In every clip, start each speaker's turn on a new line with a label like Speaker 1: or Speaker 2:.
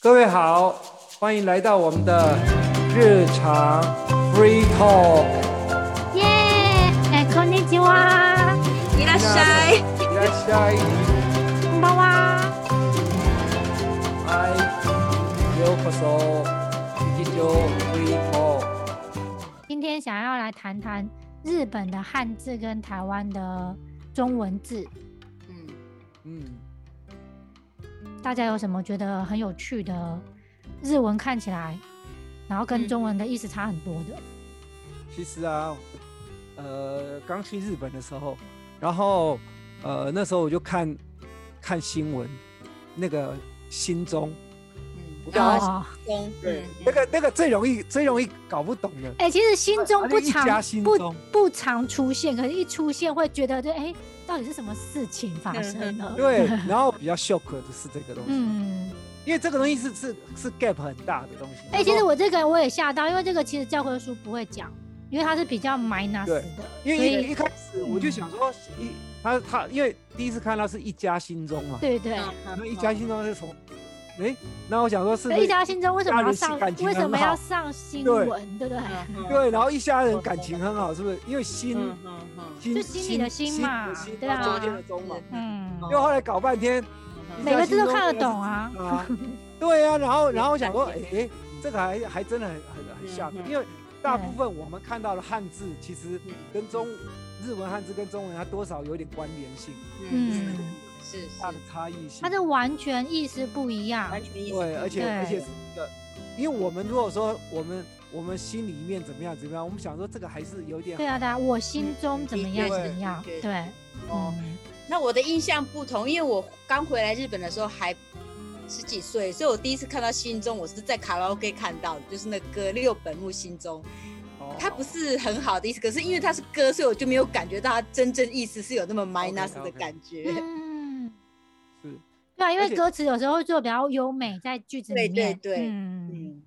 Speaker 1: 各位好，欢迎来到我们的日常 free talk。
Speaker 2: 耶，哎，こんにちは，
Speaker 3: 伊拉塞，
Speaker 1: いらっしゃい。
Speaker 2: こんばんは。
Speaker 1: 嗨，ようこそ。一九 free talk。
Speaker 2: 今天想要来谈谈日本的汉字跟台湾的中文字，
Speaker 3: 嗯，
Speaker 1: 嗯，
Speaker 2: 大家有什么觉得很有趣的日文看起来，然后跟
Speaker 3: 嗯
Speaker 2: 中文的意思差很多的？
Speaker 1: 其实啊，呃，刚去日本的时候，然后呃那时候我就看看新闻，那个新中，
Speaker 3: 嗯，
Speaker 1: 有啊
Speaker 2: 哦，
Speaker 3: 中，
Speaker 1: 对
Speaker 3: 嗯，
Speaker 1: 那个那个最容易最容易搞不懂的。
Speaker 2: 哎、其实心中不
Speaker 1: 啊一家
Speaker 2: 常
Speaker 1: 心
Speaker 2: 不
Speaker 1: 中
Speaker 2: 不常出现，可是一出现会觉得就哎、到底是什么事情发生了？
Speaker 1: 对，然后比较 shock 的是这个东西，
Speaker 2: 嗯。
Speaker 1: 因为这个东西是是是 gap 很大的东西。
Speaker 2: 哎、其实我这个我也吓到，因为这个其实教科书不会讲，因为它是比较 minus
Speaker 1: 对
Speaker 2: 的，
Speaker 1: 因为
Speaker 2: 所
Speaker 1: 一
Speaker 2: 以嗯
Speaker 1: 一开始我就想说一他他因为第一次看到是一家心中嘛，
Speaker 2: 对
Speaker 3: 嗯
Speaker 2: 对。
Speaker 1: 那一家心中是什么？哎，那我想说是不
Speaker 2: 所
Speaker 1: 是
Speaker 2: 以一家心中为什么要上
Speaker 1: 家人是感？情
Speaker 2: 为什么要
Speaker 1: 很好
Speaker 2: 上新
Speaker 1: 对
Speaker 2: 闻？对不对？
Speaker 1: 对，然后一家人感情很好，是不是？因为心
Speaker 3: 嗯嗯嗯
Speaker 1: 心
Speaker 2: 就心里的心嘛
Speaker 1: 心
Speaker 2: 对啊
Speaker 1: 中间的中嘛。
Speaker 2: 嗯，
Speaker 1: 因为后来搞半天，
Speaker 3: 嗯
Speaker 2: 每个字都看得懂啊。
Speaker 1: 啊，对啊，然后然后我想说，
Speaker 3: 感情
Speaker 1: 哎，这个还还真的很很很像
Speaker 3: 嗯，嗯
Speaker 1: 因为大部分我们看到的汉字其实跟中日文汉字跟中文它多少有点关联性，
Speaker 2: 嗯，
Speaker 3: 是是，
Speaker 1: 大的差异性
Speaker 2: 它。是完全意思不一样。
Speaker 3: 完全意思，
Speaker 1: 对，而且
Speaker 2: 对
Speaker 1: 而且是一个，因为我们如果说我们我们心里面怎么样怎么样，我们想说这个还是有点
Speaker 2: 对啊，对啊，我心中怎么样
Speaker 1: 嗯对
Speaker 2: 怎么样？
Speaker 3: 对
Speaker 2: 对，
Speaker 3: 哦，
Speaker 2: 嗯，
Speaker 3: 那我的印象不同，因为我刚回来日本的时候还十几岁，所以我第一次看到《心中》，我是在卡拉 OK 看到的，就是那个六本木《心中》，
Speaker 1: 哦
Speaker 3: 它不是很好的意思，可是因为它是歌，所以我就没有感觉到它真正意思是有那么 minus 的感觉。
Speaker 2: 嗯，
Speaker 1: 是
Speaker 2: 对啊，因
Speaker 1: 而
Speaker 2: 为
Speaker 1: 且
Speaker 2: 歌词有时候会做比较优美，在句子
Speaker 3: 对
Speaker 2: 里面。
Speaker 3: 对对
Speaker 2: 嗯，
Speaker 3: 嗯，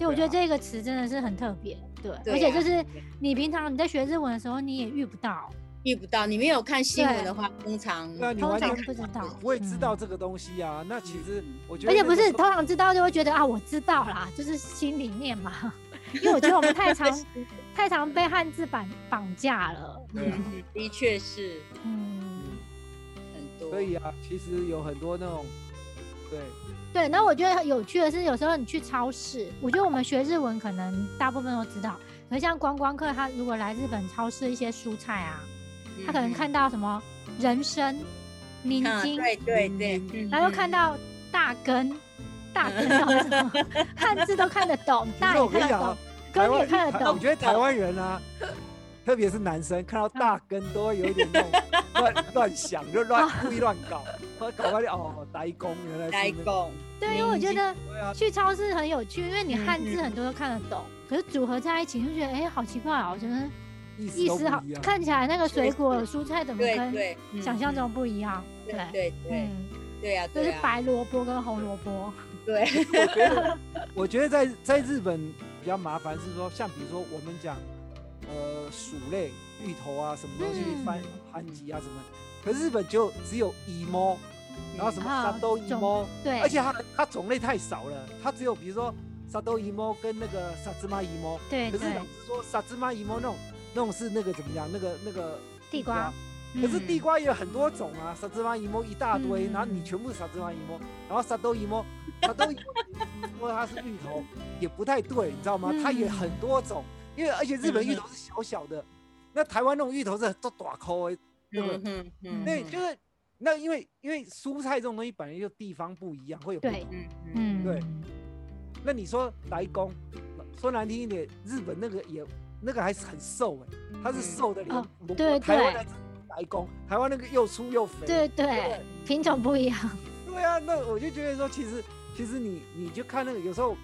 Speaker 2: 对，我觉
Speaker 1: 对
Speaker 2: 得
Speaker 1: 啊
Speaker 2: 这个词真的是很特别。对，
Speaker 3: 对
Speaker 2: 而且就
Speaker 3: 啊
Speaker 2: 是你平常你在学日文的时候，你也遇不到，
Speaker 3: 遇不到，你没有看新闻的话，通常
Speaker 1: 那你
Speaker 2: 通
Speaker 1: 完
Speaker 2: 常
Speaker 1: 全
Speaker 2: 不知道，
Speaker 1: 不会知
Speaker 2: 嗯
Speaker 1: 道这个东西啊。那其实我觉得
Speaker 2: 而且
Speaker 1: 啊那
Speaker 2: 不
Speaker 1: 个
Speaker 2: 是
Speaker 1: 时候
Speaker 2: 通常知道就会觉得啊，我知道啦，就是心里面嘛。因为我觉得我们太常太常被汉字绑绑架了。
Speaker 1: 对啊
Speaker 3: 嗯的确是
Speaker 2: 嗯，
Speaker 3: 很多。
Speaker 1: 所以啊，其实有很多那种对
Speaker 2: 对。然后我觉得有趣的是，有时候你去超市，我觉得我们学日文可能大部分都知道，可是像观光客他如果来日本超市一些蔬菜啊，
Speaker 3: 嗯
Speaker 2: 他可能看到什么人参、
Speaker 3: 嗯
Speaker 2: 明
Speaker 3: 啊
Speaker 2: 金，
Speaker 3: 对对
Speaker 1: 嗯
Speaker 3: 嗯对，
Speaker 2: 然后又看
Speaker 3: 到
Speaker 2: 到大根。大根到底是什么 汉字都看得懂，大
Speaker 1: 我
Speaker 2: 也
Speaker 1: 跟你
Speaker 2: 看
Speaker 1: 讲啊
Speaker 2: 得懂，根也看得
Speaker 1: 台湾我
Speaker 2: 懂，
Speaker 1: 觉得台湾人 啊，特别是男生，看到大根都会有一点那种乱乱想，就乱故意乱搞，他搞完就哦，呆工原来是
Speaker 3: 来
Speaker 1: 那个
Speaker 3: 供，
Speaker 2: 对，因为我觉得
Speaker 1: 对啊，
Speaker 2: 去超市很有趣，因为你
Speaker 3: 嗯
Speaker 2: 汉字
Speaker 3: 嗯
Speaker 2: 很多都看得懂，可是组合在一起就觉得，哎、好奇怪哦，我觉得
Speaker 1: 意思
Speaker 2: 意
Speaker 1: 都不
Speaker 2: 思好
Speaker 1: 一样。
Speaker 2: 看起来那个水
Speaker 3: 确实
Speaker 2: 果蔬菜怎么
Speaker 3: 对
Speaker 2: 跟
Speaker 3: 对，嗯
Speaker 2: 想象中不一样？
Speaker 3: 对对对
Speaker 2: 嗯，
Speaker 3: 对啊，
Speaker 2: 就是
Speaker 3: 对啊，
Speaker 2: 白萝卜跟红萝卜，
Speaker 3: 对，
Speaker 1: 我觉得，我觉得在在日本比较麻烦是说，像比如说我们讲，呃，薯类、芋头啊，什么东西
Speaker 2: 嗯
Speaker 1: 番番茄啊什么，可是日本就只有一摸，然后什么
Speaker 2: 啊
Speaker 1: 沙豆一
Speaker 2: 种
Speaker 1: 摸，
Speaker 2: 对，
Speaker 1: 而且它它种类太少了，它只有比如说沙豆一摸跟那个沙芝麻一摸，
Speaker 2: 对
Speaker 1: 可是
Speaker 2: 哎对
Speaker 1: 老，师说沙芝麻一摸那种那种是那个怎么讲？那个那个
Speaker 2: 地瓜，，
Speaker 1: 可是地
Speaker 2: 嗯
Speaker 1: 瓜也有很多种啊，沙芝麻一摸一大堆，
Speaker 2: 嗯
Speaker 1: 然后你全部沙芝麻一摸，然后沙豆一 摸，沙豆一摸说它是芋头也不太对，你知道吗？它也
Speaker 2: 嗯
Speaker 1: 很多种，因为而且日本
Speaker 3: 嗯
Speaker 1: 芋头是小小的，那台湾那种芋头是都短抠的，对不对
Speaker 3: 嗯嗯嗯，
Speaker 1: 对，就是那因为因为蔬菜这种东西本来就地方不一样，会有不
Speaker 2: 对
Speaker 1: 同。
Speaker 3: 嗯嗯
Speaker 2: 嗯，
Speaker 1: 对那你说白宫，说难听一点，日本那个也那个还是很瘦哎、它是
Speaker 3: 嗯
Speaker 1: 瘦的连
Speaker 2: 哦
Speaker 1: 萝卜
Speaker 2: 对
Speaker 1: 台湾
Speaker 2: 对
Speaker 1: 的白宫，台湾那个又粗又肥。
Speaker 2: 对对，品种不一样，
Speaker 1: 对啊，那我就觉得说，其实其实你你就看那个，有时候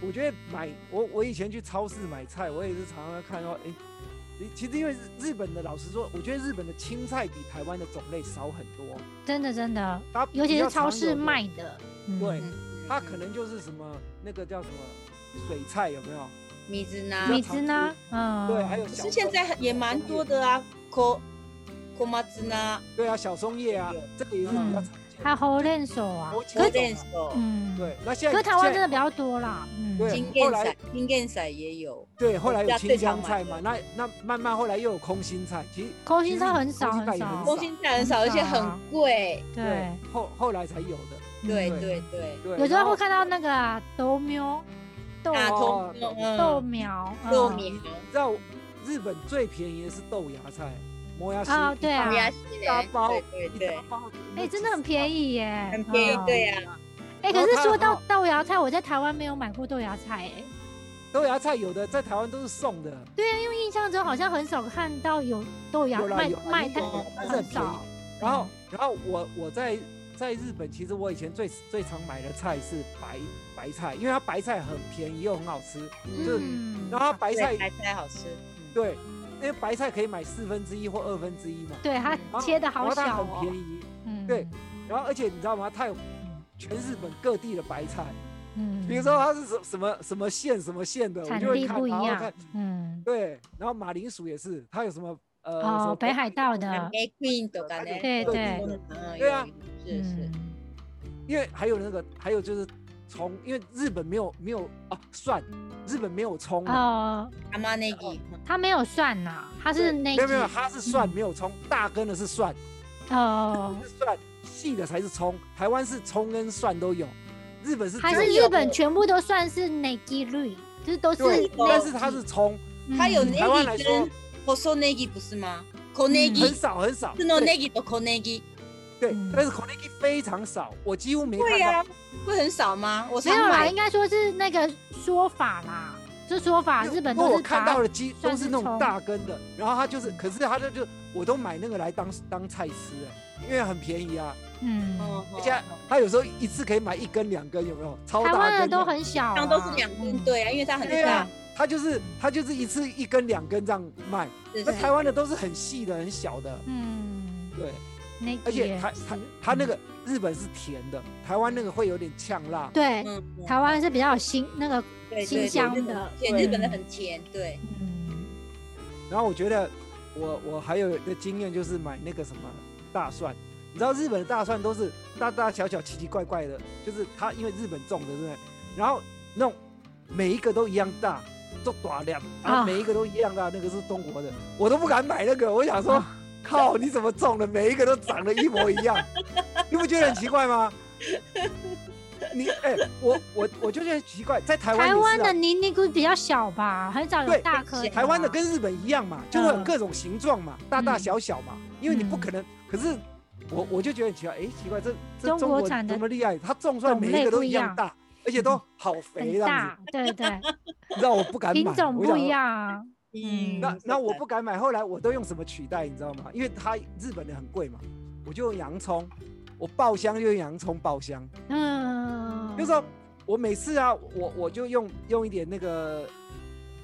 Speaker 1: 我觉得买我我以前去超市买菜，我也是常常看到，哎、诶其实因为日日本的，老实说，我觉得日本的青菜比台湾的种类少很多，
Speaker 2: 真的真的，
Speaker 1: 它
Speaker 2: 尤
Speaker 1: 比
Speaker 2: 其
Speaker 1: 较
Speaker 2: 是超
Speaker 1: 常有
Speaker 2: 市
Speaker 1: 的
Speaker 2: 卖的，嗯
Speaker 1: 对
Speaker 3: 嗯
Speaker 1: 它可能就是什么那个叫什么水菜有没有？
Speaker 3: 米子
Speaker 1: 比较
Speaker 3: 呢
Speaker 2: 米，汁呢，嗯，
Speaker 1: 对，还有
Speaker 3: 可
Speaker 1: 小
Speaker 2: 啊
Speaker 3: 是现在也蛮多的啊，口郭妈子呢，
Speaker 1: 对啊，小松叶啊
Speaker 3: 对，
Speaker 1: 这里也是比较常见
Speaker 2: 嗯还有猴练手啊
Speaker 1: 我，
Speaker 2: 可
Speaker 1: 前
Speaker 2: 是
Speaker 1: 懂
Speaker 3: 练手，
Speaker 2: 嗯，
Speaker 1: 对，，那现
Speaker 2: 可
Speaker 1: 在
Speaker 2: 是台湾真
Speaker 1: 现在
Speaker 2: 的比较多啦，嗯，
Speaker 1: 对
Speaker 3: 金
Speaker 1: 后
Speaker 3: 剑
Speaker 1: 来
Speaker 3: 伞，金剑伞也有，
Speaker 1: 对，后来
Speaker 3: 我
Speaker 1: 有
Speaker 3: 家
Speaker 1: 青
Speaker 3: 最常
Speaker 1: 江菜嘛，
Speaker 3: 买
Speaker 1: 那那慢慢后来又有空心菜，其实
Speaker 2: 空心菜很少
Speaker 1: 空心菜
Speaker 2: 很
Speaker 1: 也
Speaker 2: 少
Speaker 1: 很，
Speaker 3: 空心菜很少，而且很贵。
Speaker 2: 对，嗯
Speaker 1: 后后来才有的。
Speaker 3: 对
Speaker 1: 嗯
Speaker 3: 对对，
Speaker 1: 对，
Speaker 2: 有时
Speaker 1: 然
Speaker 2: 候
Speaker 1: 后
Speaker 2: 会看到那个啊豆苗、豆
Speaker 3: 大
Speaker 1: 哦
Speaker 3: 葱
Speaker 2: 豆
Speaker 3: 嗯
Speaker 2: 苗、
Speaker 3: 啊豆
Speaker 2: 嗯
Speaker 3: 米
Speaker 1: 你知道日本最便宜的是豆芽菜，磨牙丝
Speaker 2: 哦对啊
Speaker 3: 豆芽
Speaker 1: 大包
Speaker 3: 对
Speaker 1: 一
Speaker 3: 对
Speaker 1: 大
Speaker 3: 对，
Speaker 1: 包，
Speaker 2: 哎、真的很便
Speaker 1: 宜。
Speaker 2: 宜耶，
Speaker 1: 啊
Speaker 3: 很便宜
Speaker 2: 嗯，
Speaker 3: 对呀。
Speaker 2: 哎、
Speaker 1: 然
Speaker 2: 可
Speaker 1: 后
Speaker 2: 是
Speaker 1: 它
Speaker 2: 说
Speaker 1: 很
Speaker 2: 到
Speaker 1: 好
Speaker 2: 豆芽菜，我在台湾没有买过豆芽菜、哎，
Speaker 1: 豆芽菜有的在台湾都是送的，
Speaker 2: 对啊，因为印象中好像很少看到有豆芽
Speaker 1: 有啦
Speaker 2: 卖
Speaker 1: 有啦
Speaker 2: 卖
Speaker 1: 有
Speaker 2: 太
Speaker 1: 啦但是
Speaker 2: 很
Speaker 1: 很便宜
Speaker 2: 少，嗯
Speaker 1: 然后然后我我在在日本，其实我以前最最常买的菜是白白菜，因为它白菜很便宜又很好吃，就是
Speaker 2: 嗯，
Speaker 1: 然后它白菜
Speaker 3: 对白菜好吃，嗯
Speaker 1: 对，因为白菜可以买四分之一或二分之一嘛，
Speaker 2: 对它
Speaker 1: 然后
Speaker 2: 切的
Speaker 1: 然
Speaker 2: 好
Speaker 1: 后它
Speaker 2: 小
Speaker 1: 很
Speaker 2: 哦，
Speaker 1: 便宜，
Speaker 2: 嗯，
Speaker 1: 对，然后而且你知道吗？它有全日本各地的白菜，
Speaker 2: 嗯，
Speaker 1: 比如说啊它是什什么什么县什么县的，我
Speaker 2: 产
Speaker 1: 就会
Speaker 2: 地
Speaker 1: 看，
Speaker 2: 不一
Speaker 1: 然后
Speaker 2: 样
Speaker 1: 看，
Speaker 2: 嗯，
Speaker 1: 对，然后马铃薯也是，它有什么呃什
Speaker 2: 哦
Speaker 1: 么，
Speaker 2: 北海道的，
Speaker 3: ，A Queen 都干嘞，
Speaker 2: 对对
Speaker 3: 嗯，嗯
Speaker 1: 啊对啊，
Speaker 3: 有有是是，
Speaker 2: 嗯
Speaker 1: 因为还有那个，还有就是葱，因为日本没有没有啊蒜，日本没有葱啊嘛，
Speaker 2: 哦，
Speaker 3: 阿妈那个
Speaker 1: 嗯
Speaker 2: 它没有蒜呐、它
Speaker 1: 对
Speaker 2: 是那
Speaker 1: 没
Speaker 2: 一
Speaker 1: 有没有，
Speaker 2: 季
Speaker 1: 它是蒜
Speaker 2: 嗯
Speaker 1: 没有葱，大根的是蒜，
Speaker 2: 哦，
Speaker 1: 是蒜细的才是葱，台湾是葱跟蒜都有，日本是
Speaker 2: 还
Speaker 1: 只
Speaker 2: 是
Speaker 1: 有
Speaker 2: 日本全部都算是 n e g i r i 就是都是
Speaker 1: 对，
Speaker 2: 内
Speaker 1: 但是它是葱，
Speaker 2: 嗯
Speaker 3: 它有
Speaker 1: 台湾来
Speaker 3: negi
Speaker 1: 说嗯
Speaker 3: 跟 koso negi 不是吗？ko negi
Speaker 1: 很少很少，
Speaker 3: 是 no
Speaker 1: 对
Speaker 3: negi 的 ko negi，
Speaker 1: 对
Speaker 2: 嗯，啊
Speaker 1: 但是 k o n e k i 非常少，我几乎没
Speaker 3: 对
Speaker 1: 看
Speaker 3: 呀
Speaker 1: 到，，
Speaker 3: 会很少吗？我
Speaker 2: 没
Speaker 3: 常
Speaker 2: 有啦，
Speaker 3: 买
Speaker 2: 应该说是那个说法啦，这说法
Speaker 1: 因为
Speaker 2: 啊日本
Speaker 1: 因为
Speaker 2: 都
Speaker 1: 我
Speaker 2: 是
Speaker 1: 看到
Speaker 2: 把
Speaker 1: 的鸡都
Speaker 2: 算
Speaker 1: 是
Speaker 2: 是
Speaker 1: 那种
Speaker 2: 葱
Speaker 1: 大根的，然后它就是，可是它就就我都买那个来当当菜吃，哎因为很便宜啊。
Speaker 2: 嗯，
Speaker 3: 哦，
Speaker 1: 而且他有时候一次可以买一根两根，有没有？超
Speaker 2: 台
Speaker 1: 大
Speaker 2: 湾
Speaker 1: 根
Speaker 2: 的
Speaker 1: 的
Speaker 2: 都，很小、啊，
Speaker 3: 常都是两根，
Speaker 2: 嗯，
Speaker 3: 对啊，因为它很
Speaker 1: 对
Speaker 3: 大
Speaker 1: 啊，，他就是他就是一次一根两根这样卖。
Speaker 3: 是
Speaker 1: 那
Speaker 3: 是
Speaker 1: 台湾的都是很细的、很小的，
Speaker 2: 嗯，
Speaker 1: 对。
Speaker 2: 那
Speaker 1: 而且
Speaker 2: 也
Speaker 1: 它它它那个日本是甜的，台湾那个会有点呛辣。
Speaker 2: 对、
Speaker 3: 嗯，嗯
Speaker 2: 台湾是比较有新那个，
Speaker 3: 对对
Speaker 2: 新
Speaker 3: 对
Speaker 2: 疆
Speaker 3: 日本
Speaker 2: 的
Speaker 3: 甜
Speaker 1: 对
Speaker 3: 日本的很甜，对，
Speaker 2: 嗯，
Speaker 1: 然后我觉得我我还有的经验就是买那个什么大蒜，你知道日本的大蒜都是大大小小、奇奇怪怪的，就是它因为日本种的，对不对？然后那种每一个都一样大，都短量，然
Speaker 2: 啊
Speaker 1: 后每一个都一样大，那个是中国的，我都不敢买那个，我想说
Speaker 2: 啊，
Speaker 1: 靠，你怎么种的每一个都长得一模一样， 你不觉得很奇怪吗？ 你哎、我我我就觉得很奇怪，在台湾也
Speaker 2: 台
Speaker 1: 是啊
Speaker 2: 湾的尼尼菇比较小吧，很少有
Speaker 1: 对
Speaker 2: 大颗、啊，啊嗯
Speaker 1: 台湾的跟日本一样嘛，就会有各种形状嘛，大大小小嘛，因为你不可能。可是我我就觉得很奇怪，哎，奇怪，这这
Speaker 2: 中
Speaker 1: 中
Speaker 2: 国
Speaker 1: 国
Speaker 2: 产的
Speaker 1: 这么厉害，它种出来
Speaker 2: 种
Speaker 1: 每
Speaker 2: 类
Speaker 1: 一个
Speaker 2: 不
Speaker 1: 都
Speaker 2: 一
Speaker 1: 一
Speaker 2: 样嗯
Speaker 1: 样大，而且都好肥
Speaker 2: 很
Speaker 1: 这样
Speaker 2: 大，对对，
Speaker 1: 子，你知道我不敢买，
Speaker 2: 品种
Speaker 1: 我
Speaker 2: 不
Speaker 1: 想
Speaker 2: 一
Speaker 1: 说。
Speaker 2: 样啊，嗯
Speaker 1: 那那我
Speaker 3: 不。
Speaker 1: 不敢买，后来我都用什么取代，你知道吗？因为它日本的很贵嘛，我就用洋葱，我爆香就用洋葱爆香，
Speaker 2: 嗯，
Speaker 1: 就是说我每次啊，我我就用用一点那个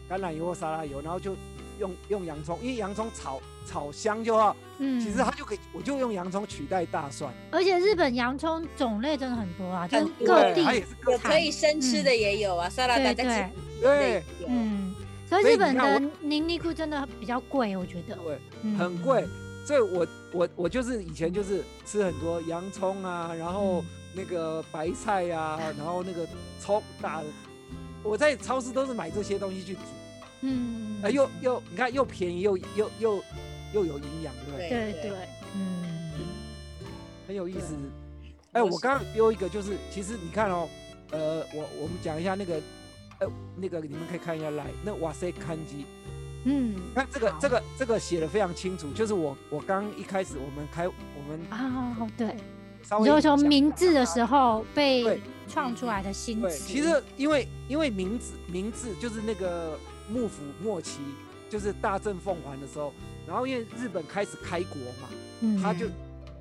Speaker 1: 橄榄油或沙拉油，然后就用用洋葱，因为洋葱炒炒香就好，
Speaker 2: 嗯，
Speaker 1: 其实它就可以，我就用洋葱取代大蒜，
Speaker 2: 而且日本洋葱种类真的很多啊，就是
Speaker 3: 很多
Speaker 2: 各
Speaker 3: 对
Speaker 1: 它也
Speaker 2: 地，
Speaker 1: 是各
Speaker 3: 有
Speaker 1: 地
Speaker 3: 可以生吃的也有啊，沙拉达
Speaker 2: 对
Speaker 3: 在吃的
Speaker 1: 嗯对
Speaker 3: 也有。
Speaker 2: 嗯，所以
Speaker 1: 所以
Speaker 2: 日
Speaker 1: 你
Speaker 2: 本
Speaker 1: 看
Speaker 2: 的
Speaker 1: 我
Speaker 2: 尼尼菇真的比较贵，我觉得，
Speaker 1: 对，
Speaker 2: 嗯
Speaker 1: 很贵，，所以我我我就是以前就是吃很多洋葱啊，然后
Speaker 2: 嗯
Speaker 1: 那个白菜呀、然后那个葱大的，我在超市都是买这些东西去煮，
Speaker 2: 嗯，
Speaker 1: 啊、又又你看又便宜又又又又有营养，对不对？
Speaker 2: 对
Speaker 3: 对
Speaker 2: 对，嗯，
Speaker 1: 很有意思
Speaker 3: 对。
Speaker 1: 哎、
Speaker 3: 我
Speaker 1: 我
Speaker 3: 是
Speaker 1: 刚刚丢一个，就是其实你看哦，呃，我我们讲一下那个，呃，那个你们可以看一下来，那哇塞看机，
Speaker 2: 嗯，
Speaker 1: 看这个
Speaker 2: 好
Speaker 1: 这个这个写的非常清楚，就是我我刚一开始我们开我们
Speaker 2: 啊，对，
Speaker 1: 稍微
Speaker 2: 你就从
Speaker 1: 讲
Speaker 2: 名
Speaker 1: 一下
Speaker 2: 字的时候被
Speaker 1: 对
Speaker 2: 创出来的新
Speaker 1: 对，
Speaker 2: 词，
Speaker 1: 其实因为因为名字名字就是那个幕府末期，就是大正奉还的时候，然后因为日本开始开国嘛，
Speaker 2: 嗯
Speaker 1: 他就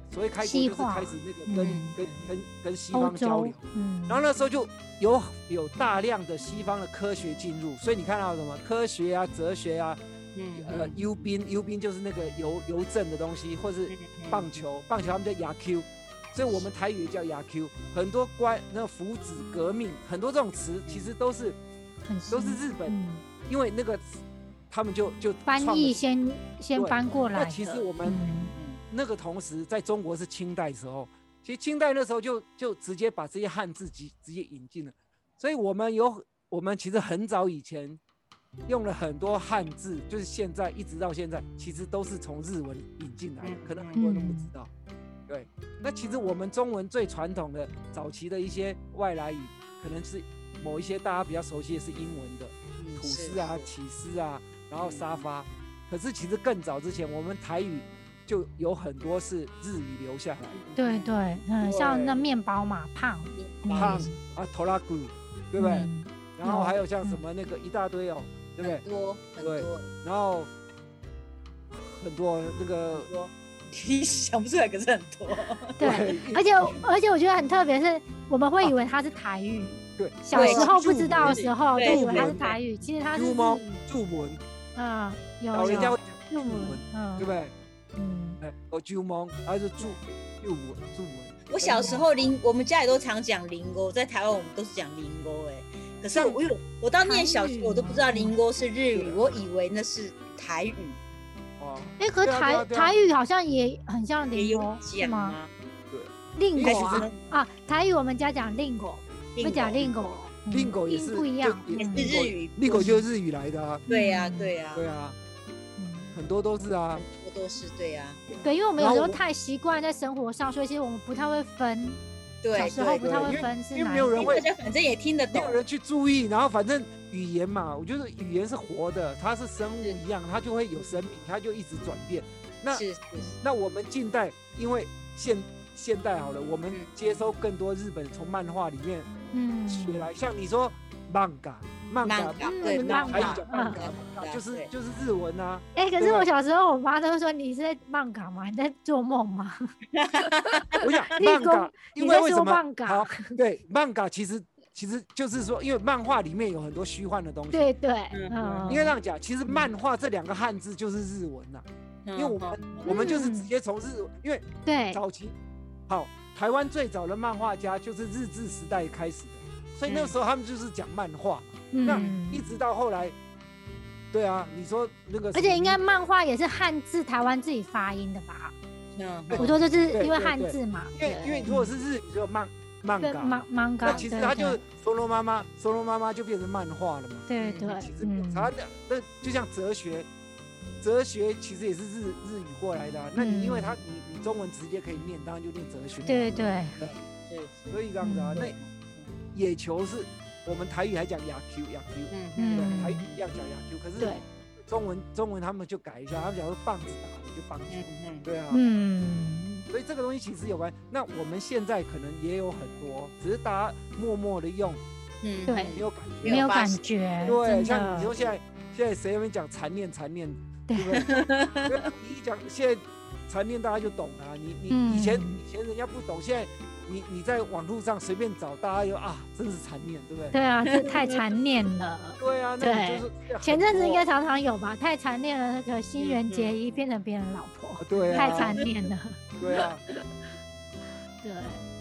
Speaker 1: 所谓开国就是
Speaker 2: 西化
Speaker 1: 开始那个跟
Speaker 2: 嗯
Speaker 1: 跟跟跟西
Speaker 2: 欧
Speaker 1: 方交
Speaker 2: 洲
Speaker 1: 流。，
Speaker 2: 嗯，
Speaker 1: 然后那时候就有有大量的西方的科学进入，所以你看到什么科学啊、哲学啊，
Speaker 3: 嗯
Speaker 1: 呃，幽宾，幽宾就是那个邮邮政的东西，或是棒球，棒球他们叫牙 Q，所以我们台语也叫牙 Q。很多关那福祉革命，很多这种词其实都是
Speaker 2: 很
Speaker 1: 都是
Speaker 2: 新
Speaker 1: 日本，
Speaker 2: 嗯
Speaker 1: 因为那个他们就就
Speaker 2: 翻
Speaker 1: 创了
Speaker 2: 译先先
Speaker 1: 对
Speaker 2: 搬过来
Speaker 1: 那
Speaker 2: 的，
Speaker 1: 其实我们
Speaker 2: 嗯
Speaker 3: 嗯
Speaker 1: 那个同时，在中国是清代时候，其实清代那时候就就直接把这些汉字直直接引进了，所以我们有我们其实很早以前用了很多汉字，就是现在一直到现在，其实都是从日文引进来的，可能很多人都不知道。对，那其实我们中文最传统的早期的一些外来语，可能是某一些大家比较熟悉的是英文的，
Speaker 3: 嗯
Speaker 1: 吐
Speaker 3: 是
Speaker 1: 司啊、
Speaker 3: 是
Speaker 1: 起司啊，然后
Speaker 3: 嗯
Speaker 1: 沙发。可是其实更早之前，我们台语就有很多是日语留下来的
Speaker 2: 对对，嗯，像那
Speaker 1: 对
Speaker 2: 面包嘛，胖，嗯
Speaker 1: 胖啊，头拉古，对不对？
Speaker 2: 嗯
Speaker 1: 然后还有
Speaker 2: 有
Speaker 1: 像什
Speaker 2: 嗯
Speaker 1: 么那个一大堆哦，对不对
Speaker 3: 很？多很
Speaker 1: 对
Speaker 3: 多
Speaker 1: 然后很多那个
Speaker 3: 很多， 你想不出来，可是很 多。
Speaker 2: 对，而且
Speaker 1: 哦
Speaker 2: 而且我觉得很特别，是我们会以为它是台语，
Speaker 1: 对，
Speaker 2: 小时候不知道的
Speaker 1: 是
Speaker 2: 时候就
Speaker 3: 对
Speaker 2: 以为它是
Speaker 1: 对
Speaker 2: 台语，其实它是
Speaker 1: 入
Speaker 2: 日
Speaker 1: 猫
Speaker 2: 语，
Speaker 1: 注文，
Speaker 2: 嗯，有
Speaker 1: 老人家
Speaker 2: 有
Speaker 1: 会讲
Speaker 2: 入
Speaker 1: 注
Speaker 2: 母
Speaker 1: 文，，对不
Speaker 2: 嗯
Speaker 1: 对？
Speaker 2: 嗯，
Speaker 1: 哎，哦，注蒙，然后就注注文注文。
Speaker 3: 我小时候林，我们家里都常讲林沟，在台湾我们都是讲林沟哎。可是我有，我到念小学
Speaker 2: 韩语
Speaker 3: 我都不知道林沟是日
Speaker 1: 对
Speaker 3: 语，我以为那是台语，
Speaker 1: 哦，
Speaker 2: 哎，可是
Speaker 1: 对啊对啊
Speaker 2: 台
Speaker 1: 对啊
Speaker 2: 台语好像也很像
Speaker 3: 也
Speaker 2: 邻
Speaker 3: 有
Speaker 2: 国是
Speaker 3: 讲啊
Speaker 2: 吗？
Speaker 3: 吗？
Speaker 2: 令
Speaker 1: 还
Speaker 2: 国
Speaker 1: 是
Speaker 2: 啊啊，台语我们家讲令国，
Speaker 3: 令
Speaker 2: 不讲
Speaker 3: 国
Speaker 2: 令国，嗯
Speaker 1: 令狗也是
Speaker 2: 不一样，
Speaker 1: 就也
Speaker 2: 嗯
Speaker 3: 是日语
Speaker 1: 令狗就是日语来的啊，
Speaker 3: 对呀
Speaker 2: 嗯
Speaker 3: 对呀，
Speaker 1: 对啊，
Speaker 2: 嗯
Speaker 1: 很多都是啊，
Speaker 3: 我都是对啊呀，
Speaker 2: 对，因为我们有
Speaker 1: 然
Speaker 2: 时
Speaker 1: 后
Speaker 2: 候
Speaker 1: 我
Speaker 2: 太习惯在生活上，所以其实我们不太会分，小
Speaker 3: 对
Speaker 2: 时候
Speaker 3: 对
Speaker 2: 不太
Speaker 1: 对
Speaker 2: 会
Speaker 1: 因为
Speaker 2: 分是
Speaker 1: 因为
Speaker 2: 哪
Speaker 1: 没有
Speaker 2: 一
Speaker 1: 人
Speaker 2: 个
Speaker 1: 会
Speaker 3: 大家反正也听得
Speaker 1: 没
Speaker 3: 懂
Speaker 1: 有，人去注意，然后反正语言嘛，我觉得语言是活的，它是生物一样，它就会有生命，它就一直转变。那
Speaker 3: 是是是
Speaker 1: 那我们近代，因为现现代好了，我们
Speaker 3: 嗯
Speaker 1: 接收更多日本从漫画里面
Speaker 2: 嗯，
Speaker 1: 学来，像你说 manga manga，
Speaker 3: manga，
Speaker 1: 我
Speaker 2: 对
Speaker 1: 们拿
Speaker 2: manga，
Speaker 1: 台语讲
Speaker 2: 嗯
Speaker 1: manga，
Speaker 3: 对
Speaker 1: 就是
Speaker 3: 对
Speaker 1: 就是日文啊，
Speaker 2: 哎、可
Speaker 1: 对
Speaker 2: 是
Speaker 1: 吧
Speaker 2: 我小时候，我妈都会说你是在漫港吗？你在做梦吗？
Speaker 1: 我想
Speaker 2: 立
Speaker 1: 漫
Speaker 2: 功
Speaker 1: 嘎，因为为什
Speaker 2: 哎你在说漫
Speaker 1: 么？
Speaker 2: 嘎
Speaker 1: 好，对，漫嘎其实其实就是说，因为漫画里面有很多虚幻的东西。
Speaker 2: 对对，
Speaker 3: 嗯
Speaker 2: 嗯，
Speaker 1: 应该这样讲，其实漫画这两个汉字就是日文呐、
Speaker 3: 嗯
Speaker 1: 因
Speaker 2: 嗯
Speaker 1: 为我
Speaker 2: 哦
Speaker 1: 们、我们就是直接从日，因为
Speaker 2: 对
Speaker 1: 早期，好，台湾最早的漫画家就是日治时代开始的，所以那时候他们就是讲漫画，那
Speaker 2: 嗯，
Speaker 1: 一直到后来，对啊，你说那个什么，
Speaker 2: 而且应该漫画也是汉字，台湾自己发音的吧？
Speaker 3: 嗯
Speaker 1: 对
Speaker 2: 我说这是
Speaker 1: 对
Speaker 2: 因为
Speaker 1: 对
Speaker 2: 汉
Speaker 1: 对
Speaker 2: 字嘛，
Speaker 1: 因为因为如果是日语就漫漫
Speaker 2: 对
Speaker 1: 嘎
Speaker 2: 漫，漫
Speaker 1: 那
Speaker 2: 港，
Speaker 1: 其实
Speaker 2: 对
Speaker 1: 他就
Speaker 2: 对
Speaker 1: 松罗妈妈，松罗妈妈就变成漫画了嘛。
Speaker 2: 对
Speaker 3: 嗯
Speaker 2: 对
Speaker 1: 其，实它
Speaker 2: 嗯，
Speaker 1: 的那就像哲学，哲学其实也是日日语过来的、啊。那你因为它你你中文直接可以念，当然就念哲学。
Speaker 2: 嗯对，对，
Speaker 1: 嗯
Speaker 3: 是
Speaker 1: 所以这样子啊。
Speaker 2: 嗯
Speaker 1: 那野球是我们台语还讲雅 Q 雅 Q，
Speaker 3: 嗯
Speaker 1: 对，
Speaker 2: 嗯
Speaker 1: 台语一样讲雅 Q，可是
Speaker 2: 对，
Speaker 1: 中文中文他们就改一下，他们讲说棒子打的就棒球，
Speaker 3: 嗯
Speaker 1: 对啊。
Speaker 2: 嗯，
Speaker 1: 所以这个东西其实有关。那我们现在可能也有很多，只是大家默默的用，
Speaker 3: 嗯
Speaker 2: 对
Speaker 1: 没有感觉。
Speaker 2: 没有
Speaker 3: 发
Speaker 2: 感
Speaker 3: 现
Speaker 2: 觉，
Speaker 1: 对，
Speaker 2: 真
Speaker 1: 像
Speaker 2: 的
Speaker 1: 你说现在现在谁那边讲残念残念，
Speaker 2: 对
Speaker 1: 对不对？因为你一讲现在残念，大家就懂了、啊你你以前、
Speaker 2: 嗯
Speaker 1: 以前人家不懂，现在你你在网络上随便找，大家就啊，真是残念，对不对？
Speaker 2: 对啊，这太残念了。
Speaker 1: 对啊，那
Speaker 2: 对
Speaker 1: 你就是
Speaker 2: 前阵子应该
Speaker 1: 很
Speaker 2: 常常有吧，太残念了。那个新垣结
Speaker 3: 嗯
Speaker 2: 衣变成别人老婆，
Speaker 1: 多对啊，
Speaker 2: 太残念了。
Speaker 1: 对啊，
Speaker 2: 对，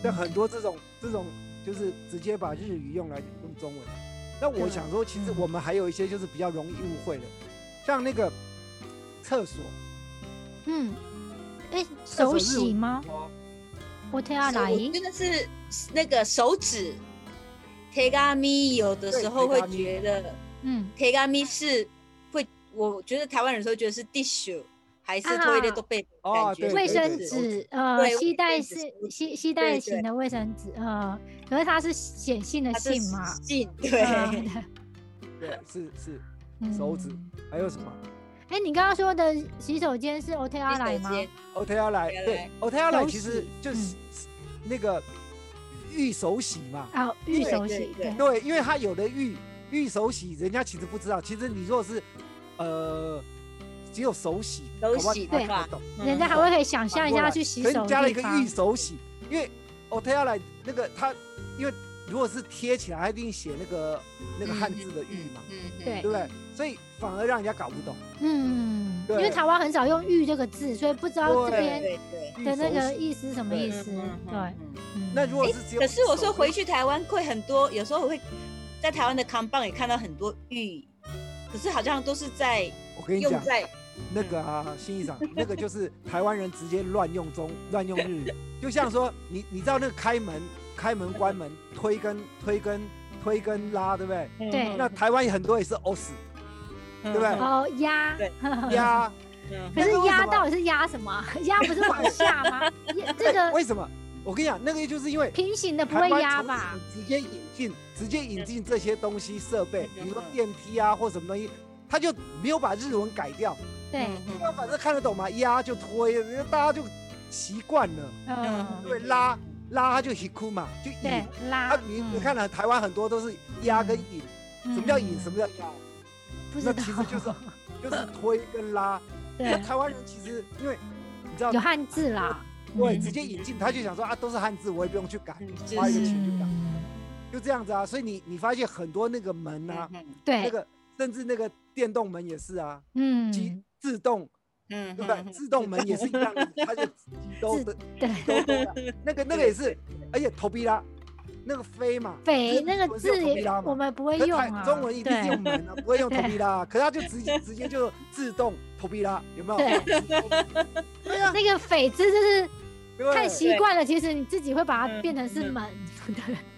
Speaker 1: 像很多这种这种就是直接把日语用来用中文。那我
Speaker 2: 对
Speaker 1: 想说，其实
Speaker 2: 嗯
Speaker 1: 我们还有一些就是比较容易误会的，像那个厕所，
Speaker 2: 嗯，哎，
Speaker 1: 厕所
Speaker 2: 手
Speaker 1: 日
Speaker 2: 洗
Speaker 1: 文
Speaker 2: 吗？
Speaker 1: 哦
Speaker 2: 我推阿来
Speaker 3: 是，我真的是那个手指 t e g a m i 有的时候会觉得
Speaker 2: 嗯，
Speaker 3: t e g a m i 是会，我觉得台湾人说觉得是 tissue 还是
Speaker 2: 啊
Speaker 3: toilet 都被
Speaker 1: 哦
Speaker 3: 感觉
Speaker 1: 对
Speaker 2: 卫
Speaker 1: 对
Speaker 2: 生
Speaker 1: 对
Speaker 2: 纸，呃，
Speaker 3: 对
Speaker 2: 吸
Speaker 3: 卫
Speaker 2: 带
Speaker 3: 生纸
Speaker 2: 是
Speaker 3: 手
Speaker 2: 吸吸带
Speaker 3: 对
Speaker 2: 型
Speaker 3: 对
Speaker 2: 的卫生纸，呃，可是它是写信的
Speaker 3: 它是
Speaker 2: 信嘛，
Speaker 3: 信对，
Speaker 2: 嗯
Speaker 1: 对，是是，手指
Speaker 2: 嗯
Speaker 1: 还有什么？
Speaker 2: 哎，你刚刚说的洗手间是 O T 阿来吗？
Speaker 3: 洗手间
Speaker 1: o t 要来，
Speaker 3: 对
Speaker 1: 对 o t 要来
Speaker 2: 手
Speaker 1: 其实
Speaker 2: 洗
Speaker 1: 就是
Speaker 2: 嗯
Speaker 1: 那个玉手洗嘛。
Speaker 2: 啊，浴
Speaker 3: 对
Speaker 2: 手
Speaker 3: 对
Speaker 2: 洗，
Speaker 3: 对
Speaker 2: 对，
Speaker 1: 对，因为它有的玉玉手洗，人家其实不知道。其实你如果是呃只有手洗，
Speaker 3: 手
Speaker 1: 搞不好
Speaker 3: 洗
Speaker 1: 大家
Speaker 2: 对
Speaker 1: 看得懂
Speaker 3: 嗯
Speaker 2: 人家还会可以想象一
Speaker 1: 反过
Speaker 2: 下
Speaker 1: 来
Speaker 2: 要去洗
Speaker 1: 可
Speaker 2: 手
Speaker 1: 是
Speaker 2: 的
Speaker 1: 加了一
Speaker 2: 地
Speaker 1: 个
Speaker 2: 方
Speaker 1: 玉手洗，因为 o t 要来那个它，因为如果是贴起来，它一定写那个那个汉字的玉嘛，
Speaker 3: 嗯嗯
Speaker 1: 对
Speaker 2: 对
Speaker 1: 不对？所以反而让人家搞不懂。
Speaker 2: 嗯，因为
Speaker 1: 对
Speaker 2: 台湾很少用“玉”这个字，所以不知道这
Speaker 1: 对
Speaker 2: 边
Speaker 3: 对对，
Speaker 1: 玉
Speaker 2: 的那
Speaker 1: 手
Speaker 2: 个
Speaker 1: 洗
Speaker 2: 意思是什么意思。对，
Speaker 3: 嗯。
Speaker 2: 嗯
Speaker 1: 那如果是只有
Speaker 3: 可是我说
Speaker 1: 手
Speaker 3: 回去台湾会很多，有时候我会在台湾的康棒也看到很多玉，可是好像都是在
Speaker 1: 我跟你
Speaker 3: 用
Speaker 1: 讲，
Speaker 3: 在
Speaker 2: 嗯
Speaker 1: 那个啊，新一长，那个就是台湾人直接乱用中乱用日语，就像说你你知道那个开门、开门、关门、推跟推跟推跟拉，对不对？
Speaker 2: 对
Speaker 1: 那台湾很多也是哦 os
Speaker 3: 对
Speaker 1: 对不对
Speaker 2: 哦，压
Speaker 3: 对，
Speaker 2: 嗯
Speaker 1: 呀，
Speaker 2: 可
Speaker 1: 那
Speaker 2: 是
Speaker 1: 个为
Speaker 2: 压
Speaker 1: 什么
Speaker 2: 到底是压什么啊？ 压不是往下 吗？压这个
Speaker 1: 哎为什么？我跟你讲，那个就是因为
Speaker 2: 平行的不
Speaker 1: 台
Speaker 2: 会
Speaker 1: 湾
Speaker 2: 压
Speaker 1: 从
Speaker 2: 吧？
Speaker 1: 此直接引进，直接引进这些东西设备，比
Speaker 3: 嗯
Speaker 1: 如说
Speaker 3: 嗯
Speaker 1: 电梯啊或什么东西，他就没有把日文改掉，
Speaker 2: 对，
Speaker 1: 那反正看得懂嘛，压就推，大家就习惯了。
Speaker 2: 嗯，
Speaker 1: 对，拉拉它就 hiku 嘛，就
Speaker 2: 对
Speaker 1: 引。，
Speaker 2: 拉
Speaker 1: 啊，，你你看了台湾很多都是压跟引，
Speaker 2: 嗯
Speaker 1: 什么叫引，什
Speaker 2: 么
Speaker 1: 么叫压？
Speaker 2: 不知
Speaker 1: 那
Speaker 2: 道
Speaker 1: 其实，就是就是推跟拉。那
Speaker 2: 对，
Speaker 1: 台湾人其实因为你知道
Speaker 2: 有，汉字啦，
Speaker 1: 对，
Speaker 2: 嗯
Speaker 1: 直接引进，他就想说啊，都是汉字，我也不用去改，
Speaker 3: 是
Speaker 1: 花一个
Speaker 3: 是
Speaker 1: 钱就改，
Speaker 2: 嗯
Speaker 1: 就这样子啊。所以你你发现很多那个门
Speaker 3: 嗯
Speaker 1: 啊，那
Speaker 2: 对，
Speaker 1: 个甚至那个电动门也是啊，机
Speaker 2: 嗯，
Speaker 1: 自动
Speaker 3: 嗯，
Speaker 1: 对不对？自动门也是一样的，它 就都
Speaker 2: 自
Speaker 1: 都
Speaker 2: 对，
Speaker 1: 都都啊那个那个也是，而且头皮拉那个飞嘛，
Speaker 2: 北
Speaker 1: 日
Speaker 2: 那
Speaker 1: 文
Speaker 2: 个
Speaker 1: 是有
Speaker 2: 字
Speaker 1: 头皮
Speaker 2: 也
Speaker 1: 拉嘛
Speaker 2: 我们不会
Speaker 1: 可是
Speaker 2: 用
Speaker 1: 台
Speaker 2: 啊，
Speaker 1: 中文一定是
Speaker 2: 对
Speaker 1: 用门啊，不会 用头皮拉。可是他就直接直接就自动头皮拉，有没有？
Speaker 2: 对，
Speaker 1: 哦对啊，
Speaker 2: 那个匪字就是
Speaker 1: 对
Speaker 2: 太习
Speaker 3: 对
Speaker 2: 惯了，其实你自己会把它
Speaker 3: 嗯
Speaker 2: 变成是
Speaker 3: 嗯
Speaker 2: 门，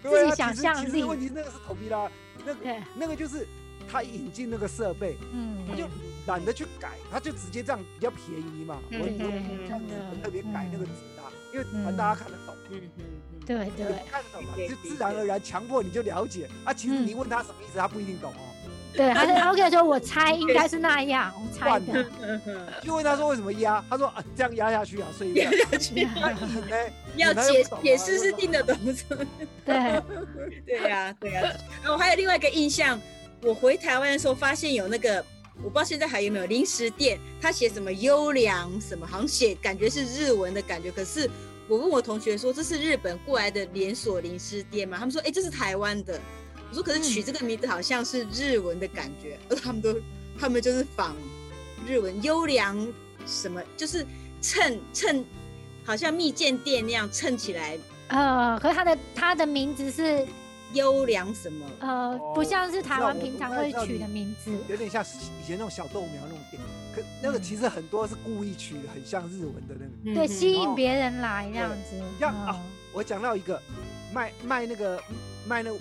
Speaker 2: 对
Speaker 1: 对啊
Speaker 2: 自己想
Speaker 1: 其实
Speaker 2: 象
Speaker 1: 其
Speaker 2: 力
Speaker 1: 实问题是那个是头皮拉，那个
Speaker 2: 对，
Speaker 1: 那个就是他引进那个设备，
Speaker 2: 嗯，
Speaker 1: 他就懒得去改，他就直接这样比较便宜嘛。我
Speaker 3: 嗯
Speaker 1: 我
Speaker 2: 对
Speaker 3: 嗯
Speaker 1: 我
Speaker 2: 对，
Speaker 3: 嗯
Speaker 2: 真的
Speaker 1: 不特别改那个字
Speaker 2: 嗯
Speaker 1: 啊，因为反正大家看得懂。
Speaker 3: 嗯嗯，
Speaker 2: 对
Speaker 1: 你
Speaker 2: 对
Speaker 1: 看得懂嘛，
Speaker 3: 理解
Speaker 1: 就
Speaker 3: 理
Speaker 1: 自然
Speaker 3: 解
Speaker 1: 而然强迫你就了解啊。其实
Speaker 2: 嗯
Speaker 1: 你问他什么意思，他不一定懂哦。
Speaker 2: 对，他他会跟你说我猜应该是那样，我猜
Speaker 1: 惯
Speaker 2: 的
Speaker 3: 嗯
Speaker 1: 了，就问他说为什么压，他说啊这样压下去啊，所以这样。那你呢？
Speaker 3: 要
Speaker 1: 你呢
Speaker 3: 解
Speaker 1: 不懂啊
Speaker 3: 解释是听得懂的。
Speaker 2: 对，
Speaker 3: 对呀、对呀、然后还有另外一个印象，我回台湾的时候发现有那个，我不知道现在还有没有零食店，他写什么优良什么，好像写感觉是日文的感觉，可是。我问我同学说这是日本过来的连锁零食店吗？他们说哎、这是台湾的。我说可是取这个名字好像是日文的感觉，而他们都他们就是仿日文优良什么，就是衬衬，好像蜜饯店那样衬起来
Speaker 2: 呃，可是他的他的名字是
Speaker 3: 优良什么。
Speaker 2: 呃，不
Speaker 1: 哦
Speaker 2: 像是台
Speaker 1: 道
Speaker 2: 湾
Speaker 1: 我
Speaker 2: 平
Speaker 1: 不
Speaker 2: 常
Speaker 1: 太
Speaker 2: 会
Speaker 1: 知道
Speaker 2: 取
Speaker 1: 你嗯
Speaker 2: 的名字，
Speaker 1: 有点像以前那种小豆苗那种店，可那个其实很多是故意取的很像日文的那个。
Speaker 2: 对，吸
Speaker 1: 然
Speaker 2: 引
Speaker 1: 后
Speaker 2: 别人来这样子，
Speaker 1: 像啊
Speaker 2: 嗯
Speaker 1: 我讲到一个卖卖那个卖那个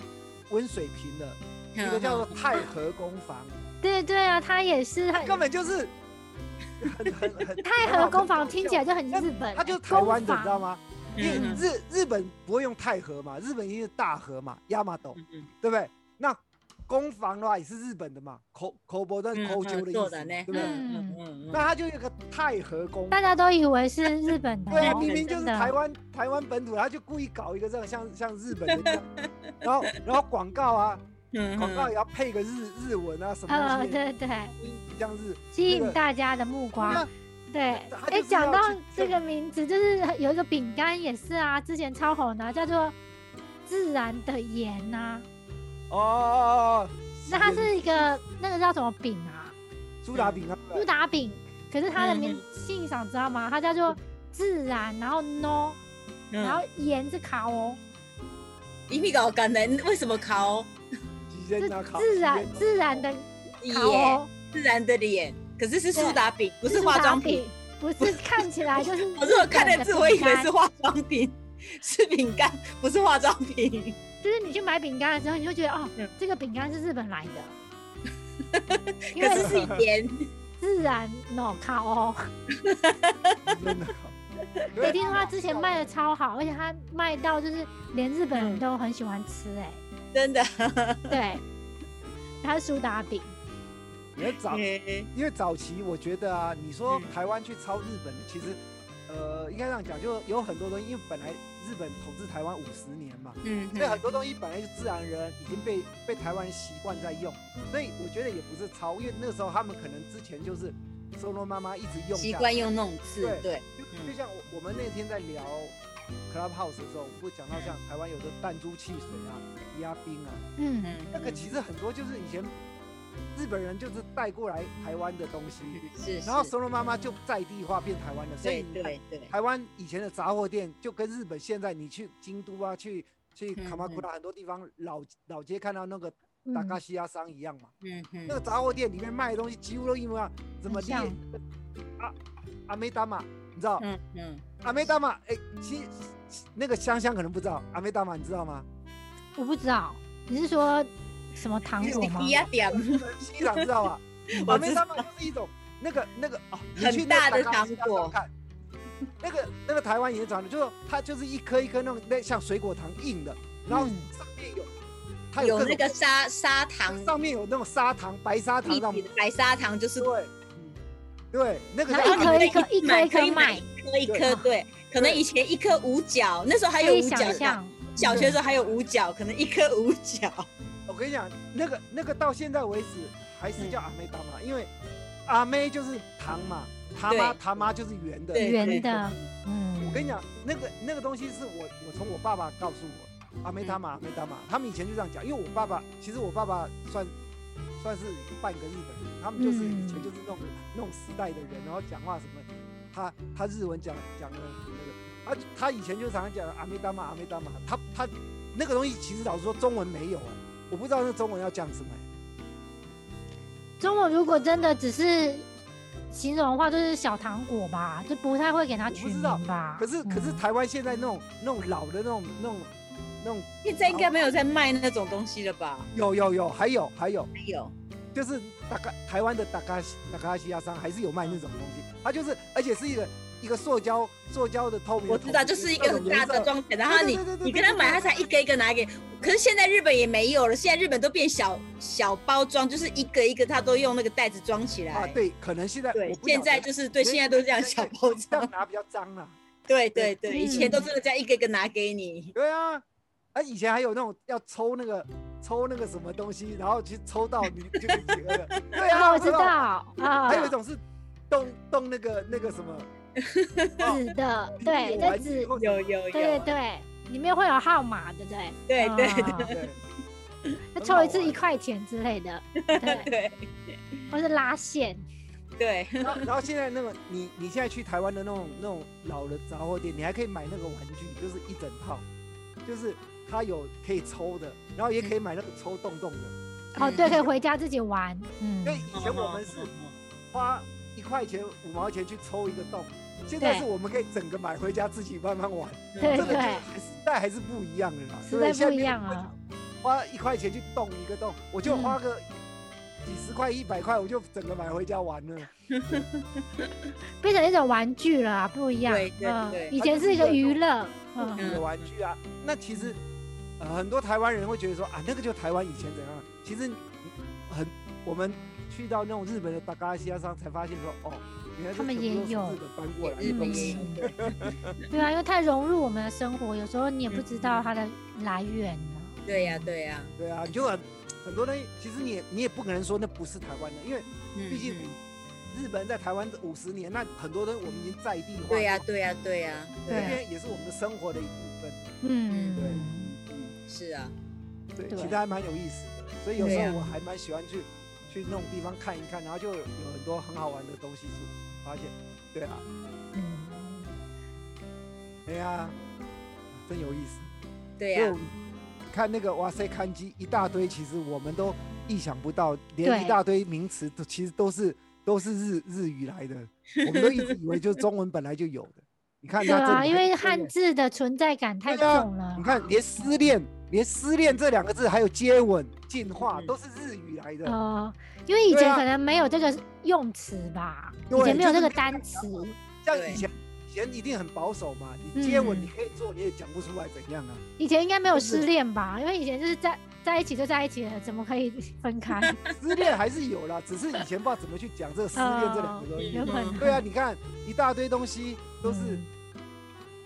Speaker 1: 温水瓶的，一个叫做太和工坊，
Speaker 2: 对对啊，他也是很
Speaker 1: 根本就是很很很
Speaker 2: 太和工坊听起来
Speaker 1: 就
Speaker 2: 就很日本，
Speaker 1: 它就是台湾的，
Speaker 2: 工
Speaker 1: 你知道
Speaker 2: 坊
Speaker 1: 吗？因为
Speaker 2: 嗯
Speaker 1: 日日本不会用太和嘛，日本一定是大和嘛，亚马斗，
Speaker 2: 嗯
Speaker 1: 对不对？那工坊的话也是日本的嘛，口口博
Speaker 2: 嗯
Speaker 1: 但是口球的意
Speaker 3: 做
Speaker 1: 思，
Speaker 3: 的呢
Speaker 1: 对，不对？
Speaker 3: 嗯嗯
Speaker 1: 那它就有一个太和工坊，
Speaker 2: 大家都以为是日本的哦，
Speaker 1: 对啊，
Speaker 3: 哦
Speaker 1: 明明就是
Speaker 2: 真的
Speaker 1: 台湾台湾本土，他就故意搞一个这样像像日本的这样，然后然后广告啊，
Speaker 3: 嗯
Speaker 1: 广告也要配个日日文啊什么
Speaker 2: 呃，
Speaker 1: 东西的，
Speaker 2: 对对，
Speaker 1: 故意这样子。
Speaker 2: 吸
Speaker 1: 那个
Speaker 2: 引大家的目光。
Speaker 1: 那
Speaker 2: 对，
Speaker 1: 他
Speaker 2: 哎
Speaker 1: 就，是
Speaker 2: 讲
Speaker 1: 要
Speaker 2: 到
Speaker 1: 去
Speaker 2: 这
Speaker 1: 证
Speaker 2: 个名字，就是有一个饼干也是啊，之前超红的，叫做自然的盐呐、啊。
Speaker 1: 哦哦哦哦，
Speaker 2: 那它是一个那个叫什么饼啊？
Speaker 1: 苏打饼啊，对不
Speaker 2: 苏
Speaker 1: 对
Speaker 2: 打饼。可是它的名
Speaker 3: 嗯
Speaker 2: 姓赏知道吗？它叫做自然，然后 no，然后
Speaker 1: 嗯
Speaker 2: 盐是卡哦，
Speaker 3: 一米搞干的，为什么烤
Speaker 1: 几
Speaker 2: 是
Speaker 1: 人拿烤
Speaker 2: 自
Speaker 1: 几
Speaker 2: 然
Speaker 1: 人拿
Speaker 2: 自然的卡
Speaker 3: 脸？
Speaker 2: 哦，
Speaker 3: 自然的脸，可是是苏打饼，不
Speaker 2: 不
Speaker 3: 是化妆品。，
Speaker 2: 不是看起来就是
Speaker 3: 我说我看
Speaker 2: 日本的
Speaker 3: 的字，我以
Speaker 2: 饼
Speaker 3: 为
Speaker 2: 干
Speaker 3: 是化妆品，是饼干，不是化妆品。
Speaker 2: 就是你去买饼干的时候，你就觉得哦
Speaker 3: 嗯，
Speaker 2: 这个饼干是日本来的，因
Speaker 3: 可是
Speaker 2: 为
Speaker 3: 是盐，
Speaker 2: 自然 no 卡哦。
Speaker 1: 几人拿烤。
Speaker 2: 我听说他之前卖的超好，而且他卖到就是连日本人都很喜欢吃哎、
Speaker 3: 真的。
Speaker 2: 对，他是苏打饼，
Speaker 1: 因为早因为早期我觉得啊，你说
Speaker 3: 嗯
Speaker 1: 台湾去抄日本，其实呃应该这样讲，就有很多东西，因为本来日本统治台湾五十年嘛。
Speaker 3: 嗯
Speaker 1: 所以很多东西本来就自然而然已经被被台湾人习惯在用，所以我觉得也不是抄，因为那时候他们可能之前就是收罗妈妈一直用
Speaker 3: 习
Speaker 1: 下来
Speaker 3: 惯用那种字，对，
Speaker 1: 就
Speaker 3: 嗯
Speaker 1: 就像我我们那天在聊 Clubhouse 的时候，我们不讲到像台湾有的弹珠汽水啊、压冰啊，
Speaker 2: 嗯，
Speaker 3: 嗯，
Speaker 1: 那个其实很多就是以前日本人就是带过来台湾的东西，
Speaker 3: 是，
Speaker 1: 然后收罗妈妈就在地化变台湾的，所以你
Speaker 3: 对
Speaker 1: 看
Speaker 3: 对对，
Speaker 1: 台湾以前的杂货店，就跟日本现在你去京都啊，去去
Speaker 3: 嗯
Speaker 1: 卡马库拉很多地方老老街看到那个
Speaker 2: 嗯
Speaker 1: 达嘎西亚商一样嘛，
Speaker 3: 嗯嗯
Speaker 1: 那个杂货店里面卖的东西几乎都一模一样，怎么
Speaker 2: 很
Speaker 1: 列
Speaker 2: 像
Speaker 1: 啊阿梅达玛，你知道
Speaker 3: 嗯嗯，
Speaker 1: 阿梅达玛？哎，其那个香香可能不知道阿梅达玛，你知道吗？
Speaker 2: 我不知道，你是说什么糖果吗
Speaker 3: 你？呀点
Speaker 1: 西长知 道吧？阿
Speaker 3: 我
Speaker 1: 梅
Speaker 3: 知
Speaker 1: 达玛就是一种那个那个哦，你
Speaker 3: 很
Speaker 1: 去
Speaker 3: 大的
Speaker 1: 糖
Speaker 3: 糖果
Speaker 1: 看。那个那个台湾也长的，就是它就是一颗一颗那种那像水果糖硬的，然后
Speaker 2: 嗯
Speaker 1: 上面有它有
Speaker 3: 有
Speaker 1: 各种
Speaker 3: 那个砂砂糖，
Speaker 1: 上面有那种砂糖白砂糖
Speaker 3: 一
Speaker 1: 让
Speaker 3: 体的白砂糖就是
Speaker 1: 对对那个
Speaker 2: 然
Speaker 1: 是
Speaker 2: 后
Speaker 1: 按
Speaker 2: 一颗
Speaker 1: 那
Speaker 2: 一颗一颗一
Speaker 3: 可以
Speaker 2: 颗
Speaker 3: 买
Speaker 2: 卖，
Speaker 3: 一颗一颗，对，可能
Speaker 1: 对
Speaker 3: 以前一颗五角，那时候还
Speaker 2: 可
Speaker 3: 有
Speaker 2: 以
Speaker 3: 五
Speaker 2: 想
Speaker 3: 角的，
Speaker 2: 象。嗯
Speaker 3: 小学的时候还有五角，可能一颗五角，
Speaker 1: 我跟你讲，那个那个到现在为止还是叫阿妹大妈，因为阿妹就是糖嘛，他妈
Speaker 3: 对
Speaker 1: 他妈就是圆的。
Speaker 3: 对
Speaker 2: 圆的，
Speaker 1: 我
Speaker 2: 嗯，
Speaker 1: 跟你讲，那个那个东西是我我从我爸爸告诉我，阿妹大妈阿妹大妈，他们以前就这样讲，因为我爸爸其实我爸爸算算是半个日本人，他们就是以前就是那种、那种时代的人，然后讲话什么，他他日文讲讲的那个，啊他以前就常常讲阿妹大妈阿妹大妈，他他那个东西其实老实说中文没有啊，我不知道那中文要讲什么、
Speaker 2: 中文如果真的只是形容的话，就是小糖果吧，就不太会给它取
Speaker 1: 我不
Speaker 2: 名
Speaker 1: 知道
Speaker 2: 吧。
Speaker 1: 可是可是
Speaker 2: 嗯
Speaker 1: 台湾现在那种那种老的那种那种那种
Speaker 3: 现在应该没有在卖那种东西了吧？
Speaker 1: 有有有，还有还有，
Speaker 3: 没有，
Speaker 1: 就是大概台湾的大咖大咖西亚商还是有卖那种东西，它就是而且是一个一个塑胶塑胶的透明的
Speaker 3: 我
Speaker 1: 桶子，
Speaker 3: 知道，就是一个很大的
Speaker 1: 各种颜色。
Speaker 3: 装起来，然后你
Speaker 1: 对对对对
Speaker 3: 你跟他买，他才一个一个拿给。可是现在日本也没有了，现在日本都变小小包装，就是一个一个，他都用那个袋子装起来。
Speaker 1: 啊，对，可能现在
Speaker 3: 对
Speaker 1: 我，不晓
Speaker 3: 现在
Speaker 1: 得
Speaker 3: 就是对，
Speaker 1: 所以
Speaker 3: 现在都这样小包
Speaker 1: 啊这样
Speaker 3: 装。
Speaker 1: 拿比较脏啊。
Speaker 3: 对对对，
Speaker 2: 嗯
Speaker 3: 以前都真的这样一个一个拿给你。
Speaker 1: 对啊，啊以前还有那种要抽那个抽那个什么东西，然后去抽到你就给企鹅了。 对
Speaker 2: 啊，
Speaker 1: 啊，
Speaker 2: 我知道
Speaker 1: 吧。
Speaker 2: 啊，
Speaker 1: 还有一种是动动那个那个 什么，哦
Speaker 2: 纸的，
Speaker 3: 嗯
Speaker 2: 对，
Speaker 1: 在
Speaker 2: 在纸，
Speaker 3: 有有有，
Speaker 2: 对对，里面会有号码，对不对？
Speaker 3: 对对
Speaker 2: 啊
Speaker 1: 对，
Speaker 2: 那
Speaker 1: 很
Speaker 2: 抽
Speaker 1: 好
Speaker 2: 一次
Speaker 1: 玩
Speaker 2: 一块钱之类的， 对，
Speaker 3: 对
Speaker 2: 或是拉线，
Speaker 3: 对，
Speaker 1: 然后 然后现在那个你你现在去台湾的那种那种老的杂货店，你还可以买那个玩具，就是一整套，就是它有可以抽的，然后也可以买那个抽洞洞的。
Speaker 2: 哦，
Speaker 3: 嗯
Speaker 2: 对，可以回家自己玩，嗯
Speaker 1: 因，为以前我们是花一块钱五毛钱去抽一个洞，现在
Speaker 2: 对
Speaker 1: 是我们可以整个买回家自己慢慢玩。
Speaker 2: 对
Speaker 1: 这个就
Speaker 2: 对
Speaker 1: 还时代还是不一样的啦，
Speaker 2: 时
Speaker 1: 对对
Speaker 2: 代
Speaker 1: 现在
Speaker 2: 不一
Speaker 1: 没有
Speaker 2: 样
Speaker 1: 人会
Speaker 2: 啊
Speaker 1: 花一块钱去洞一个洞，我就
Speaker 2: 嗯
Speaker 1: 花个几十块、一百块，我就整个买回家玩了。
Speaker 2: 变成一种玩具了啊，不一样，
Speaker 3: 对对
Speaker 2: 嗯
Speaker 3: 对
Speaker 2: 以
Speaker 1: 它
Speaker 2: 前
Speaker 1: 就是
Speaker 2: 是一个
Speaker 1: 一个
Speaker 2: 娱乐，
Speaker 1: 复
Speaker 2: 嗯，
Speaker 1: 古的玩具啊。那其实、呃、很多台湾人会觉得说啊，那个就台湾以前怎样。啊其实很我们去到那种日本的达嘎西亚上才发现说，哦，原来这
Speaker 2: 他们
Speaker 1: 全部
Speaker 2: 也
Speaker 1: 都是
Speaker 2: 有
Speaker 1: 日本搬过来
Speaker 3: 日
Speaker 1: 的
Speaker 3: 本
Speaker 1: 东
Speaker 3: 也
Speaker 1: 西
Speaker 3: 有。
Speaker 2: 嗯
Speaker 3: 对
Speaker 2: 对啊，因为太融入我们的生活，有时候你也不
Speaker 3: 嗯
Speaker 2: 知道它的来源啊
Speaker 3: 对呀对呀，
Speaker 1: 对啊，你就很很多东西，其实你也你也不可能说那不是台湾的，因为
Speaker 3: 嗯
Speaker 1: 毕竟
Speaker 3: 嗯
Speaker 1: 日本人在台湾这五十年，那很多东西我们已经在地化，
Speaker 3: 对啊呀对呀对呀，
Speaker 1: 那
Speaker 2: 对
Speaker 1: 边也是我们的生活的一部分。
Speaker 2: 嗯。
Speaker 3: 嗯是啊，
Speaker 1: 对，
Speaker 2: 对
Speaker 1: 其实还蛮有意思的。所以有时
Speaker 3: 对啊
Speaker 1: 候我还蛮喜欢去去那种地方看一看，然后就有很多很好玩的东西出发现。对啊，
Speaker 2: 嗯
Speaker 1: 哎呀、真有意思。
Speaker 3: 对
Speaker 1: 因为
Speaker 3: 呀
Speaker 1: 我，们看那个哇塞看机一大堆，其实我们都意想不到，
Speaker 2: 对
Speaker 1: 连一大堆名词都其实都是都是日日语来 的，我们都一直以为就是中文本来就有的。你看
Speaker 2: 对
Speaker 1: 它这里
Speaker 2: 啊，
Speaker 1: 还
Speaker 2: 因为
Speaker 1: 有
Speaker 2: 汉字的存在感太
Speaker 1: 对啊
Speaker 2: 重了
Speaker 1: 你。看连失恋，连失恋这两个字，还有接吻、进化，
Speaker 3: 嗯
Speaker 1: 都是日语来的。
Speaker 2: 哦，因为以
Speaker 1: 对
Speaker 2: 前
Speaker 1: 啊
Speaker 2: 可能没有这个用词吧，以
Speaker 1: 对
Speaker 2: 前没有
Speaker 1: 就
Speaker 2: 这
Speaker 1: 是
Speaker 2: 个
Speaker 1: 没有
Speaker 2: 单词。
Speaker 1: 像
Speaker 3: 对
Speaker 1: 以前，以前一定很保守嘛，你接吻
Speaker 2: 嗯
Speaker 1: 你可以做，你也讲不出来怎样啊。
Speaker 2: 以前应该没有
Speaker 1: 就是
Speaker 2: 失恋吧？因为以前就是在在一起就在一起了，怎么可以分开？
Speaker 1: 失恋还是有啦，只是以前不知道怎么去讲这个失恋这两个东西。
Speaker 2: 哦有可能
Speaker 1: 对啊，你看一大堆东西都是，
Speaker 2: 嗯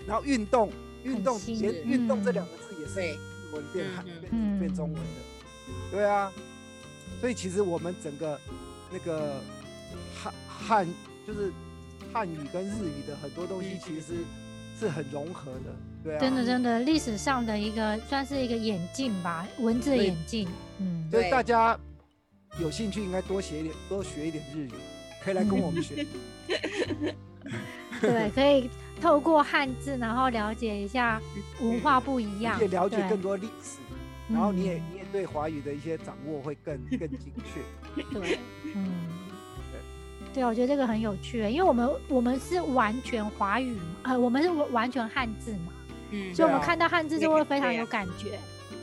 Speaker 1: 然后运动，运
Speaker 2: 很
Speaker 1: 动
Speaker 2: 新
Speaker 1: 连
Speaker 3: 颖
Speaker 1: 运动这
Speaker 2: 嗯
Speaker 1: 两个字也是
Speaker 3: 对
Speaker 1: 日文变汉
Speaker 3: 嗯
Speaker 1: 变
Speaker 2: 嗯
Speaker 1: 变中文的，对啊，所以其实我们整个那个汉汉就是汉语跟日语的很多东西
Speaker 3: 嗯
Speaker 1: 其实是是很融合的，对啊，
Speaker 2: 真的真的，历史上的一个算是一个演进吧，文字的
Speaker 1: 对
Speaker 2: 演进。嗯，
Speaker 1: 所以
Speaker 3: 对
Speaker 1: 大家有兴趣应该多写一点，多学一点日语，可以来跟我们学。
Speaker 2: 对，可以
Speaker 1: 嗯
Speaker 2: 透过汉字，然后了解一下文化不一样，
Speaker 1: 也了解
Speaker 2: 对嗯
Speaker 1: 更多历史，然后你也你也对华语的一些掌握会更更精确。
Speaker 2: 对，嗯，对，我觉得这个很有趣，因为我们我们是完全华语嘛，呃，我们是完完全汉字嘛，
Speaker 3: 嗯
Speaker 2: 所以我们
Speaker 1: 对啊啊
Speaker 2: 看到汉字就会非常有感觉。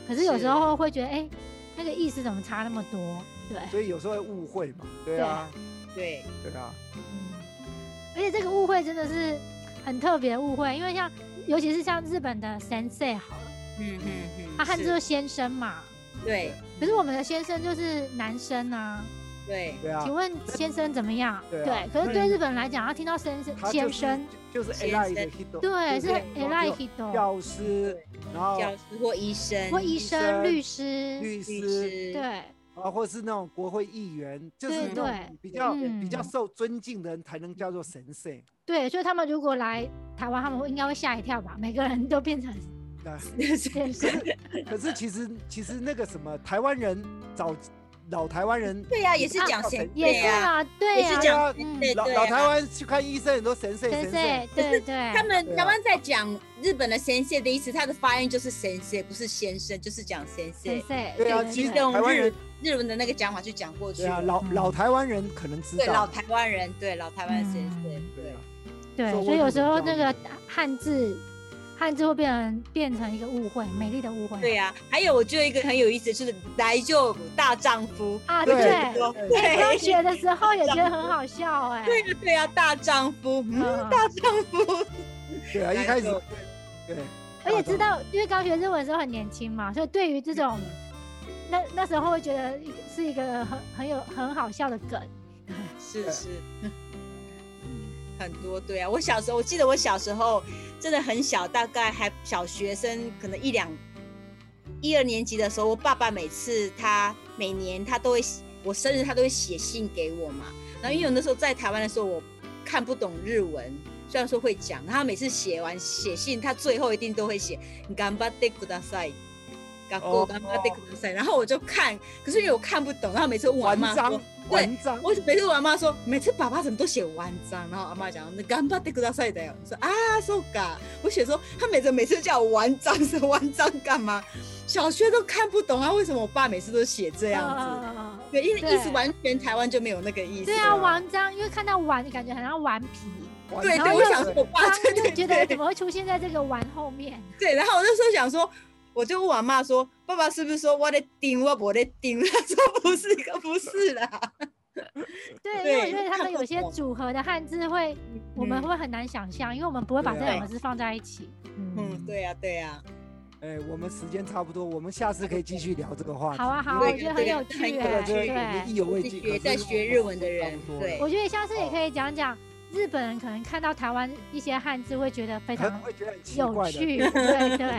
Speaker 2: 可是有时候会觉得，哎、那个意思怎么差那么多？对，
Speaker 1: 所以有时候会误会嘛，对啊，
Speaker 3: 对，
Speaker 1: 对啊，
Speaker 2: 嗯，而且这个误会真的是很特别的误会，因为像尤其是像日本的 sensei 好了，
Speaker 3: 嗯嗯嗯，
Speaker 2: 他汉字就是先生嘛，
Speaker 3: 对
Speaker 1: 嗯
Speaker 2: 可是我们的先生就是男生啊。
Speaker 3: 对
Speaker 1: 对啊
Speaker 2: 请，问先生怎么样？
Speaker 1: 对啊
Speaker 2: 可是对日本人来讲，他听到先生
Speaker 1: 他就
Speaker 2: 先
Speaker 1: 是
Speaker 2: 生，
Speaker 1: 就就是
Speaker 3: 先
Speaker 1: AI 的
Speaker 3: 生
Speaker 1: hit，
Speaker 2: 对，是
Speaker 1: 就是
Speaker 2: e l i h i d o
Speaker 1: 教师，然后
Speaker 3: 教师或医生
Speaker 2: 或医
Speaker 1: 医
Speaker 2: 生、
Speaker 1: 生
Speaker 2: 律师，
Speaker 1: 律
Speaker 3: 律
Speaker 1: 师
Speaker 3: 师，
Speaker 2: 对
Speaker 1: 啊，或是那种国会议员，就是
Speaker 2: 对
Speaker 1: 那种
Speaker 2: 对
Speaker 1: 比较
Speaker 2: 嗯
Speaker 1: 比较受尊敬的人才能叫做神圣。
Speaker 2: 对，所以他们如果来台湾，他们会应该会吓一跳吧？每个人都变成
Speaker 1: 那
Speaker 2: 先生，
Speaker 1: 啊可是其实其实那个什么台湾人早老台湾人
Speaker 3: 对呀，也是讲谁
Speaker 2: 也是
Speaker 3: 啊，
Speaker 2: 啊，对
Speaker 3: 也
Speaker 2: 呀
Speaker 3: 是
Speaker 1: 这，样
Speaker 2: 啊
Speaker 3: 讲
Speaker 2: 嗯
Speaker 3: 对
Speaker 1: 老
Speaker 3: 对
Speaker 1: 老
Speaker 3: 啊
Speaker 1: 台湾去看医生很多神圣
Speaker 2: 先
Speaker 1: 神
Speaker 2: 生
Speaker 1: 圣，，
Speaker 2: 对对，
Speaker 3: 他
Speaker 1: 对
Speaker 3: 们
Speaker 1: 啊
Speaker 3: 台湾在讲日本的先生的意思，他的发音就是先生，不是先生，就是讲先
Speaker 2: 先
Speaker 3: 生。
Speaker 2: 生，
Speaker 1: 对啊
Speaker 2: 对
Speaker 1: 其实
Speaker 2: 对
Speaker 1: 台
Speaker 3: 用
Speaker 1: 湾
Speaker 3: 日
Speaker 1: 人
Speaker 3: 日文的那个讲法去讲过去
Speaker 1: 对啊，
Speaker 3: 了。
Speaker 1: 老
Speaker 2: 嗯
Speaker 1: 老台湾人可能知
Speaker 3: 对
Speaker 1: 道，
Speaker 3: 老台湾人，对老台湾先生，
Speaker 2: 嗯
Speaker 1: 对
Speaker 3: 对
Speaker 1: 啊，
Speaker 2: 对，
Speaker 1: 所以
Speaker 2: 所以
Speaker 1: 我
Speaker 2: 有
Speaker 1: 也
Speaker 2: 时
Speaker 1: 很
Speaker 2: 候
Speaker 1: 焦
Speaker 2: 那
Speaker 1: 虑
Speaker 2: 个汉字，汉字会变成变成一个误会，美丽的误会，
Speaker 3: 对啊呀、还有我觉得一个很有意思，就是来救大丈夫。
Speaker 2: 啊，
Speaker 1: 对
Speaker 2: 对。
Speaker 1: 对
Speaker 3: 对
Speaker 2: 中学的时候也觉得很好笑哎、
Speaker 3: 对呀对呀、大丈夫，嗯，
Speaker 2: 嗯
Speaker 3: 大丈夫，
Speaker 1: 对啊，一开始
Speaker 3: 来
Speaker 1: 对，
Speaker 2: 而且知道，因为刚学日文的时候很年轻嘛，所以对于这种
Speaker 3: 嗯
Speaker 2: 那那时候会觉得是一个很很有很好笑的梗。
Speaker 3: 是
Speaker 1: 对
Speaker 3: 是，很多对啊。我小时候，我记得我小时候真的很小，大概还小学生，可能一两一二年级的时候，我爸爸每次他每年他都会写我生日，他都会写信给我嘛。然后因为我那时候在台湾的时候，我看不懂日文，虽然说会讲，然后他每次写完写信，他最后一定都会写“干巴得ください”。学校
Speaker 1: 哦
Speaker 3: 頑張ってください然后我就看，可是因为我看不懂，然后每次问我
Speaker 1: 文
Speaker 3: 妈说
Speaker 1: 章，文章，
Speaker 3: 我每次我阿妈说，每次爸爸怎么都写完章，然后阿妈讲那干巴得ください的哟，我说啊，so ga，我写说他每次每次叫我完章是完章干嘛？小学都看不懂啊，为什么我爸每次都写这
Speaker 2: 这
Speaker 3: 样子？对，因为意思完全台湾就没有那个意
Speaker 2: 啊
Speaker 3: 思。
Speaker 2: 嗯对啊，玩章，因为看到玩感觉很像 顽皮，
Speaker 1: 文
Speaker 3: 对
Speaker 1: 章
Speaker 3: 对，
Speaker 2: 然后
Speaker 3: 我
Speaker 2: 又
Speaker 3: 想说我爸
Speaker 2: 章
Speaker 3: 对
Speaker 2: 就
Speaker 3: 对
Speaker 2: 觉得怎
Speaker 3: 对
Speaker 2: 么会出现在这个玩后面？
Speaker 3: 对，然后我那时候想说。我就问我妈说：“爸爸是不是说我在盯，我不在盯？”他说：“不是，不是啦。
Speaker 2: 对，因
Speaker 3: 对
Speaker 2: 为我觉得他们有些
Speaker 3: 看不懂
Speaker 2: 组合的汉字会，我们
Speaker 3: 嗯
Speaker 2: 会很难想象，因为我们不会把这
Speaker 1: 对
Speaker 2: 两个字放在一起。”
Speaker 3: 嗯，对呀、对呀、
Speaker 1: 哎，我们时间差不多，我们下次可以继续聊这个话题。
Speaker 2: 好啊，好啊，
Speaker 3: 对
Speaker 2: 我觉得很有
Speaker 3: 这个很
Speaker 2: 趣
Speaker 3: 有
Speaker 1: 这个
Speaker 2: 哎、
Speaker 3: 趣
Speaker 2: 对
Speaker 1: 我。们意犹未
Speaker 3: 是
Speaker 1: 尽。
Speaker 3: 学
Speaker 1: 可是
Speaker 3: 在
Speaker 1: 因为
Speaker 3: 学
Speaker 1: 我
Speaker 3: 日
Speaker 1: 们时间
Speaker 3: 文的
Speaker 1: 差
Speaker 3: 人
Speaker 1: 不多
Speaker 3: 对
Speaker 1: 了
Speaker 2: 我觉得下次也
Speaker 1: 哦
Speaker 2: 可以讲讲日本人可能看到台湾一些汉字会觉得非
Speaker 1: 可能
Speaker 2: 常
Speaker 1: 会觉得很奇
Speaker 2: 有
Speaker 1: 怪的。
Speaker 2: 趣，对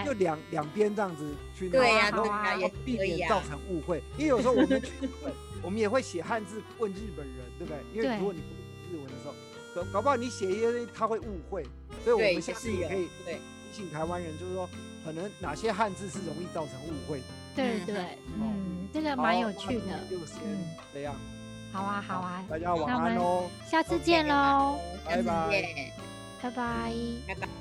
Speaker 1: 就
Speaker 2: 对
Speaker 1: 两两边这样子去弄，
Speaker 3: 对呀、
Speaker 2: 啊
Speaker 1: 然
Speaker 3: 对
Speaker 1: 后
Speaker 3: 呀、
Speaker 2: 啊
Speaker 3: 也
Speaker 1: 避
Speaker 3: 可
Speaker 1: 免
Speaker 3: 以呀、
Speaker 1: 造成误会。因为有时候我们去日本，我们也会写汉字问日本人，对不对？因
Speaker 2: 对
Speaker 1: 为如果你不日文的时候，搞搞不好你写一些他会误会，所以我
Speaker 3: 对，
Speaker 1: 们下
Speaker 3: 就是
Speaker 1: 次
Speaker 3: 有
Speaker 1: 也可以
Speaker 3: 对，
Speaker 1: 提醒台湾人，就是说可能哪些汉字是容易造成误会的。
Speaker 2: 对
Speaker 3: 嗯
Speaker 2: 对，
Speaker 1: 哦
Speaker 2: 嗯，这个蛮有趣
Speaker 1: 好
Speaker 2: 的
Speaker 1: 那今天，就先
Speaker 2: 嗯，
Speaker 1: 这样，
Speaker 2: 好啊好啊，
Speaker 1: 大家晚
Speaker 2: 那我
Speaker 1: 安
Speaker 2: 们
Speaker 1: 喽。
Speaker 2: 下次
Speaker 3: OK，
Speaker 2: 见喽，
Speaker 3: 拜
Speaker 1: 拜
Speaker 3: 拜
Speaker 1: 拜
Speaker 3: 下
Speaker 2: 拜
Speaker 3: 次见
Speaker 2: 拜。
Speaker 3: 拜拜。